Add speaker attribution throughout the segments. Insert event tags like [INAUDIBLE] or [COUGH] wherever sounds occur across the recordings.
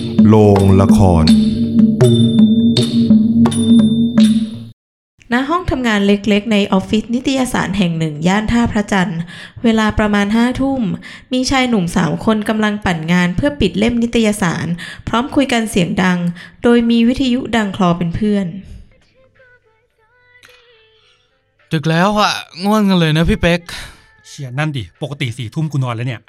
Speaker 1: งละคร
Speaker 2: ณห้องทำงานเล็กๆ ในออฟฟิศนิตยสารแห่งหนึ่ง ย่านท่าพระจันทร์ เวลาประมาณห้าทุ่ม มีชายหนุ่มสามคนกำลังปั่นงานเพื่อปิดเล่มนิตยสาร พร้อมคุยกันเสียงดัง โดยมีวิทยุดังคลอเป็นเพื่อน
Speaker 3: ดึกแล้วอะง่วงกันเลยนะพี่เป๊ก
Speaker 4: เชียนั่นดิ ปกติสี่ทุ่มกูนอนแล้วเนี่ย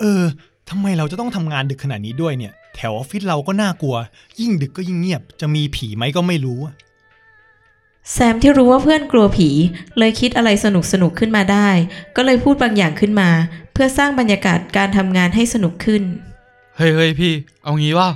Speaker 5: เออ ทำไมเราจะต้องทำงานดึกขนาดนี้ด้วยเนี่ย แถวออฟฟิศเราก็น่ากลัว ยิ่งดึกก็ยิ่งเงียบ จะมีผีไหมก็ไม่รู้อะ
Speaker 2: แซมที่รู้ว่าเพื่อนกลัวผี เลยคิดอะไรสนุกๆ ขึ้นมาได้ ก็เลยพูดบางอย่างขึ้นมา เพื่อสร้างบรรยากาศการทำงานให้สนุกขึ้น
Speaker 3: เฮ้ยเฮ้ยพี่ เอางี้ว่า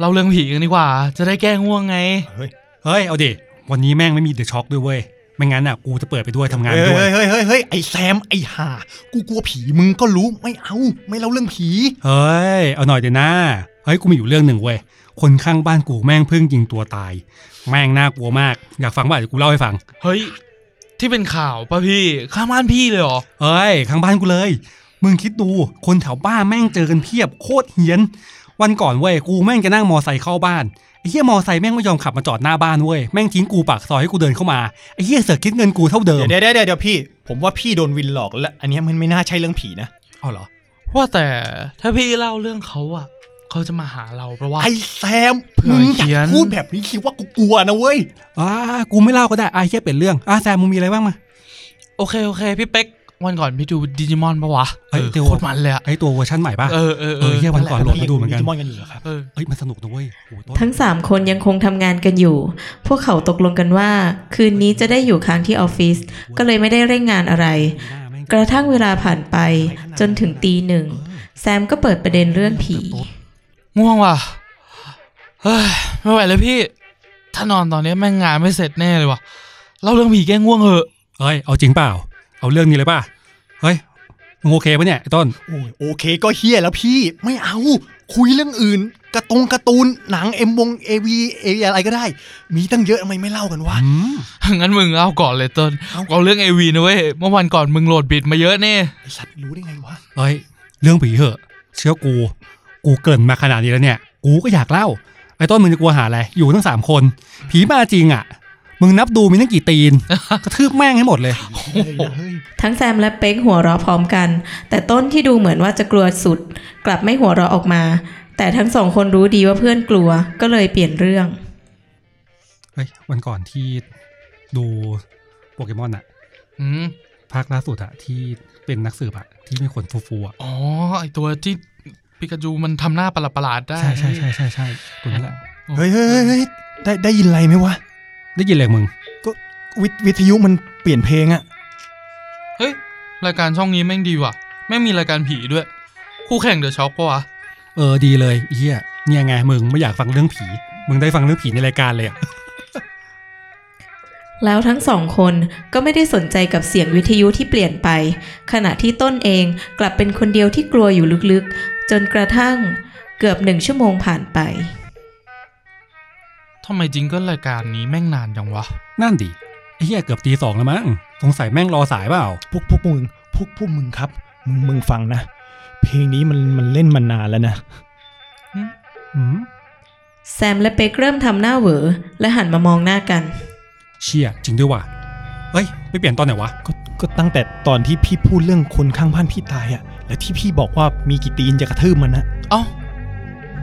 Speaker 3: เราเรื่องผีกันดีกว่า จะได้แก้ง่วงไง
Speaker 5: เฮ้ย
Speaker 4: เฮ้ย เอาดิ วันนี้แม่งไม่มีเดอะช็อคด้วยเว้ย ไม่งั้นอ่ะ กูจะเปิดไปด้วยทำงาน
Speaker 5: เฮ้ย
Speaker 4: ด้วย
Speaker 5: เฮ้ยเฮ้ยเฮ้ยเฮ้ยไอแซม ไอห่า กูกลัวผีมึงก็รู้ ไม่เอา ไม่เล่าเรื่องผี
Speaker 4: เฮ้ย เอาหน่อยเดี๋ยวนะเฮ้ย กูมีอยู่เรื่องหนึ่งเว้ย คนข้างบ้านกูแม่งเพิ่งยิงตัวตาย แม่งน่ากลัวมาก อยากฟังป่ะเดี๋ยวกูเล่าให้ฟัง
Speaker 3: เฮ้ย ที่เป็นข่าวป่ะพี่ ข้างบ้านพี่เลยเหรอ
Speaker 4: เอ้ยข้างบ้านกูเลย มึงคิดดู คนแถวบ้านแม่งเจอกันเพียบโคตรเฮี้ยน วันก่อนเว้ยกูแม่งจะนั่งมอไซค์เข้าบ้านไอ้เหี้ยมอไซค์แม่งไม่ยอมขับมาจอดหน้าบ้านเว้ยแม่งทิ้งกูปากซอยให้กูเดินเข้ามาไอ้เหี้ยเสือกคิดเงินกูเท่าเดิม
Speaker 5: เดี๋ยวเดี๋ยวเดี๋ยวเดี๋ยวพี่ ผมว่าพี่โดนวินหลอกและ อันเนี้ยมันไม่น่าใช่เรื่องผีนะ
Speaker 3: เอาเหรอ ว่าแต่ถ้าพี่เล่าเรื่องเขาอะเขาจะมาหาเราเพราะว่า
Speaker 5: ไอแซม
Speaker 3: เผื่อ
Speaker 5: มึงอย่า
Speaker 3: เขียน
Speaker 5: พูดแบบนี้คิดว่ากูกลัวนะเว้ย
Speaker 4: อ่ากูไม่เล่าก็ได้ไอ้เหี้ยเป็นเรื่องอ่าแซมมึงมีอะไรบ้างมา
Speaker 3: โอเคโอเคพี่เป๊ก วันก่อนพี่ดูดิจิมอนปะวะ
Speaker 4: เฮ้ย
Speaker 3: ออ
Speaker 4: เดี๋ยว
Speaker 3: โคตรมันเลยอะ
Speaker 4: ไอ้ตัวเวอร์ชันใหม่ป่ะ
Speaker 3: เออเออ
Speaker 4: เออเหี้ยวันก่อนโหลดมาดูเหมือนกัน
Speaker 5: พี่ยังดูดิจิมอนกันอยู่เหรอครับ
Speaker 3: เออ
Speaker 4: เอ้ยมันสนุกนะเว้ยโอ้โหต้น
Speaker 2: ทั้งสามคนยังคงทำงานกันอยู่ พวกเขาตกลงกันว่า คืนนี้จะได้อยู่ค้างที่ออฟฟิศ ก็เลยไม่ได้เร่งงานอะไร
Speaker 4: หน้าแม่ง
Speaker 2: กระทั่งเวลาผ่านไป จนถึงตีหนึ่ง แซมก็เปิดประเด็นเรื่องผี
Speaker 3: ง่วงว่ะ เฮ้ยไม่ไหวเลยพี่ ถ้านอนตอนนี้แม่งงานไม่เสร็จแน่เลยว่ะ เล่าเรื่องผีแก้ง่วงเหอะ
Speaker 4: เอ้ยเอาจริงเปล่า เอาเรื่องนี้เลยป่ะเฮ้ยมึงโอเคปะเนี่ยไอ้ต้น
Speaker 5: โอ้ยโอเคก็เฮี้ยแล้วพี่ไม่เอา คุยเรื่องอื่นการะตรงการ์ตูนหนังเอ็มวงเอวีเออะไรก็ได้ มีตั้งเยอะทำไมไม่เล่ากันวะ
Speaker 4: อืม
Speaker 3: [LAUGHS] งั้นมึงเอาก่อนเลยต้น
Speaker 5: เอา
Speaker 3: เอาเรื่องเอวีนะเว้ย เมื่อวันก่อนมึงโหลดบิดมาเยอะแน่
Speaker 5: ไอสัตว์รู้ได้ไงวะ
Speaker 4: เอ้ยเรื่องผีเหอะ เชื่อกู กูเกรินมาขนาดนี้แล้วเนี่ย กูก็อยากเล่า ไอ้ต้นมึงจะกลัวหาอะไร อยู่ทั้งสามคน ผีมาจริงอ่ะ มึงนับดูมีตั้งกี่ตีน กระทืบแม่งให้หมดเลย
Speaker 2: ทั้งแซมและเป๊กหัวเราะพร้อมกัน แต่ต้นที่ดูเหมือนว่าจะกลัวสุด กลับไม่หัวเราะออกมา แต่ทั้งสองคนรู้ดีว่าเพื่อนกลัว ก็เลยเปลี่ยนเรื่อง
Speaker 4: เฮ้ย วันก่อนที่ดูโปเกมอนอะ
Speaker 3: อืม
Speaker 4: ภาคล่าสุดอะที่เป็นนักสืบอะที่เป็นคนฟูๆอะ
Speaker 3: อ๋อ ไอตัวที่ปิกาจูมันทำหน้าประหลาดๆได้
Speaker 4: ใช่ใช่ใช่ใช่ใช่ตัวนั้นแหละ
Speaker 5: เฮ้ยเฮ้ยเฮ้ยเฮ้ยได้ได้ยินอะไรไหมวะ
Speaker 4: ได้ยินอะไรมึง
Speaker 5: วิทวิทยุมันเปลี่ยนเพลงอะ
Speaker 3: เฮ้ย รายการช่องนี้แม่งดีว่ะ แม่งมีรายการผีด้วย คู่แข่งเดอะช็อกปะวะ
Speaker 4: เออดีเลยเฮียเนี่ยไงมึงไม่อยากฟังเรื่องผี มึงได้ฟังเรื่องผีในรายการเลยอะ [LAUGHS]
Speaker 2: แล้วทั้งสองคนก็ไม่ได้สนใจกับเสียงวิทยุที่เปลี่ยนไป ขณะที่ต้นเองกลับเป็นคนเดียวที่กลัวอยู่ลึกๆ จนกระทั่งเกือบหนึ่งชั่วโมงผ่านไป
Speaker 3: ทำไมจริงก็รายการนี้แม่งนานจังวะ
Speaker 4: นั่นดิไอ้เฮียเกือบตีสองแล้วมั้งสงสัยแม่งรอสายเปล่า
Speaker 5: พวกพวกมึงพวกพวกมึงครับมึงมึงฟังนะ เพลงนี้มันมันเล่นมานานแล้วนะ
Speaker 4: อืม
Speaker 2: แซมและเป๊กเริ่มทำหน้าเหวอและหันมามองหน้ากัน
Speaker 4: เชี่ยจริงด้วยว่ะเอ้ยไปเปลี่ยนตอนไหนวะ
Speaker 5: ก็ก็ตั้งแต่ตอนที่พี่พูดเรื่องคนข้างบ้านพี่ตายอะและที่พี่บอกว่ามีกี่ตีนจะกระทืบมันนะ
Speaker 3: เอ้า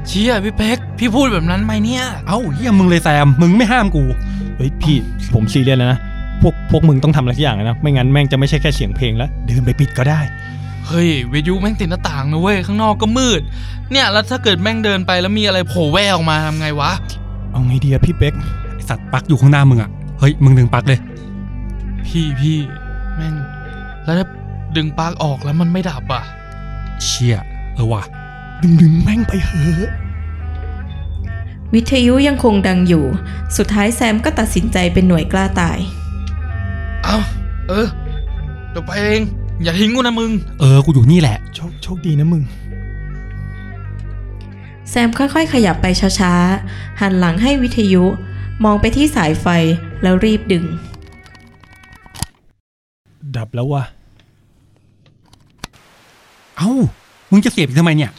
Speaker 3: เชี่ยพี่เป๊ก พี่พูดแบบนั้นไหมเนี่ย
Speaker 4: เอ้าเฮียมึงเลยแซม มึงไม่ห้ามกู
Speaker 5: เฮ้ยพี่ผมซีเรียสแล้วนะพวกพวกมึงต้องทำอะไรสักอย่างนะไม่งั้นแม่งจะไม่ใช่แค่เสียงเพลงแล้วเดินไปปิดก็ได้
Speaker 3: เฮ้ยวิทยุแม่งติดหน้าต่างนะเว้ย ข้างนอกก็มืด เนี่ยแล้วถ้าเกิดแม่งเดินไปแล้วมีอะไรโผล่แววออกมาทำไงวะ
Speaker 5: เอาไงดีอะพี่เป๊ก
Speaker 4: ไอสัตว์ปลักอยู่ข้างหน้ามึงอะเฮ้ยมึงดึงปลักเลย
Speaker 3: พี่พี่แม่ง แล้วถ้าดึงปลั๊กออกแล้วมันไม่ดับอ่ะ
Speaker 4: เชี่ยเออว่ะ
Speaker 5: ดึงดึงแม่งไปเหอะ
Speaker 2: วิทยุยังคงดังอยู่ สุดท้ายแซมก็ตัดสินใจเป็นหน่วยกล้าตาย
Speaker 3: เอ้า เออเดี๋ยวไปเอง อย่าทิ้งกูนะมึง
Speaker 4: เออกูอยู่นี่แหละ
Speaker 5: โชคโชคดีนะมึง
Speaker 2: แซมค่อยๆ ขยับไปช้าๆ หันหลังให้วิทยุ มองไปที่สายไฟแล้วรีบดึง
Speaker 5: ดับแล้วว่ะ
Speaker 4: เอ้ามึงจะเสียบอีกทำไมเนี่ย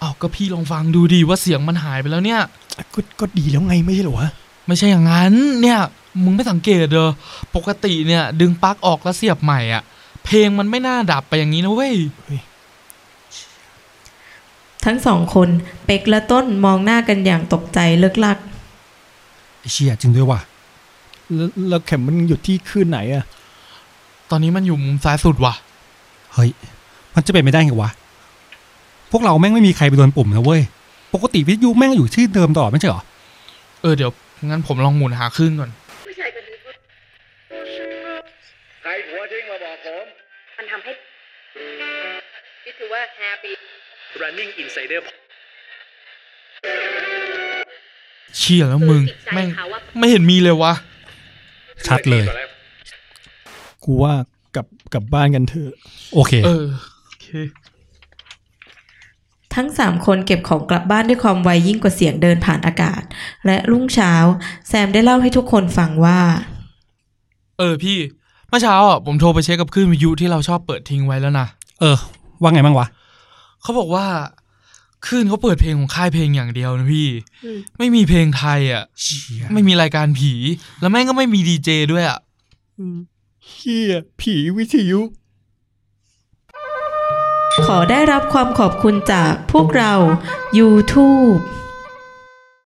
Speaker 3: เอ้า ก็พี่ลองฟังดูดีว่าเสียงมันหายไปแล้วเนี่ย
Speaker 5: ก็ก็ดีแล้วไงไม่ใช่เหรอวะ
Speaker 3: ไม่ใช่อย่างนั้นเนี่ยมึงไม่สังเกตเด้อปกติเนี่ย ดึงปลั๊กออกแล้วเสียบใหม่อ่ะ เพลงมันไม่น่าดับไปอย่างนี้นะเว้ย
Speaker 2: ทั้งสองคนเป็กและต้นมองหน้ากันอย่างตกใจเลิกลัก
Speaker 4: ไอ้เชี่ยจริงด้วยว่ะ
Speaker 5: แล้วแล้วเข็มมันหยุดที่คืนไหนอะ
Speaker 3: ตอนนี้มันอยู่มุมซ้ายสุดว่ะ
Speaker 4: เฮ้ย มันจะเป็นไปได้ไงวะ พวกเราแม่งไม่มีใครไปโดนปุ่มนะเว้ย ปกติวิทยุแม่งอยู่ชื่อเดิมตลอดไม่ใช่เหรอ
Speaker 3: เออเดี๋ยวงั้นผมลองหมุนหาคลื่นก่อน
Speaker 1: ใครผัวทิ้งมาบอกผม
Speaker 6: มันทำให้คิดถือว่าแฮปปี้
Speaker 1: Running Insider
Speaker 3: เชี่ยแล้วมึง แม่งไม่เห็นมีเลยวะ
Speaker 4: ชัดเลย
Speaker 5: กูว่ากลับกลับบ้านกันเถอะ
Speaker 4: โอเค
Speaker 3: เออโอเค
Speaker 2: ทั้งสามคนเก็บของกลับบ้านด้วยความไวยิ่งกว่าเสียงเดินผ่านอากาศ และรุ่งเช้า แซมได้เล่าให้ทุกคนฟังว่า
Speaker 3: เออพี่เมื่อเช้าอ่ะผมโทรไปเช็คกับคลื่นวิทยุที่เราชอบเปิดทิ้งไว้แล้วนะ
Speaker 4: เออ ว่าไงบ้างวะ
Speaker 3: เขาบอกว่าคลื่นเขาเปิดเพลงของค่ายเพลงอย่างเดียวนะพี่ ไม่มีเพลงไทยอ่ะ
Speaker 4: เชี่ย
Speaker 3: ไม่มีรายการผี แล้วแม่งก็ไม่มีดีเจด้วยอ่ะ
Speaker 5: เฮียผีวิทยุ
Speaker 2: ขอได้รับความขอบคุณจากพวกเรา YouTube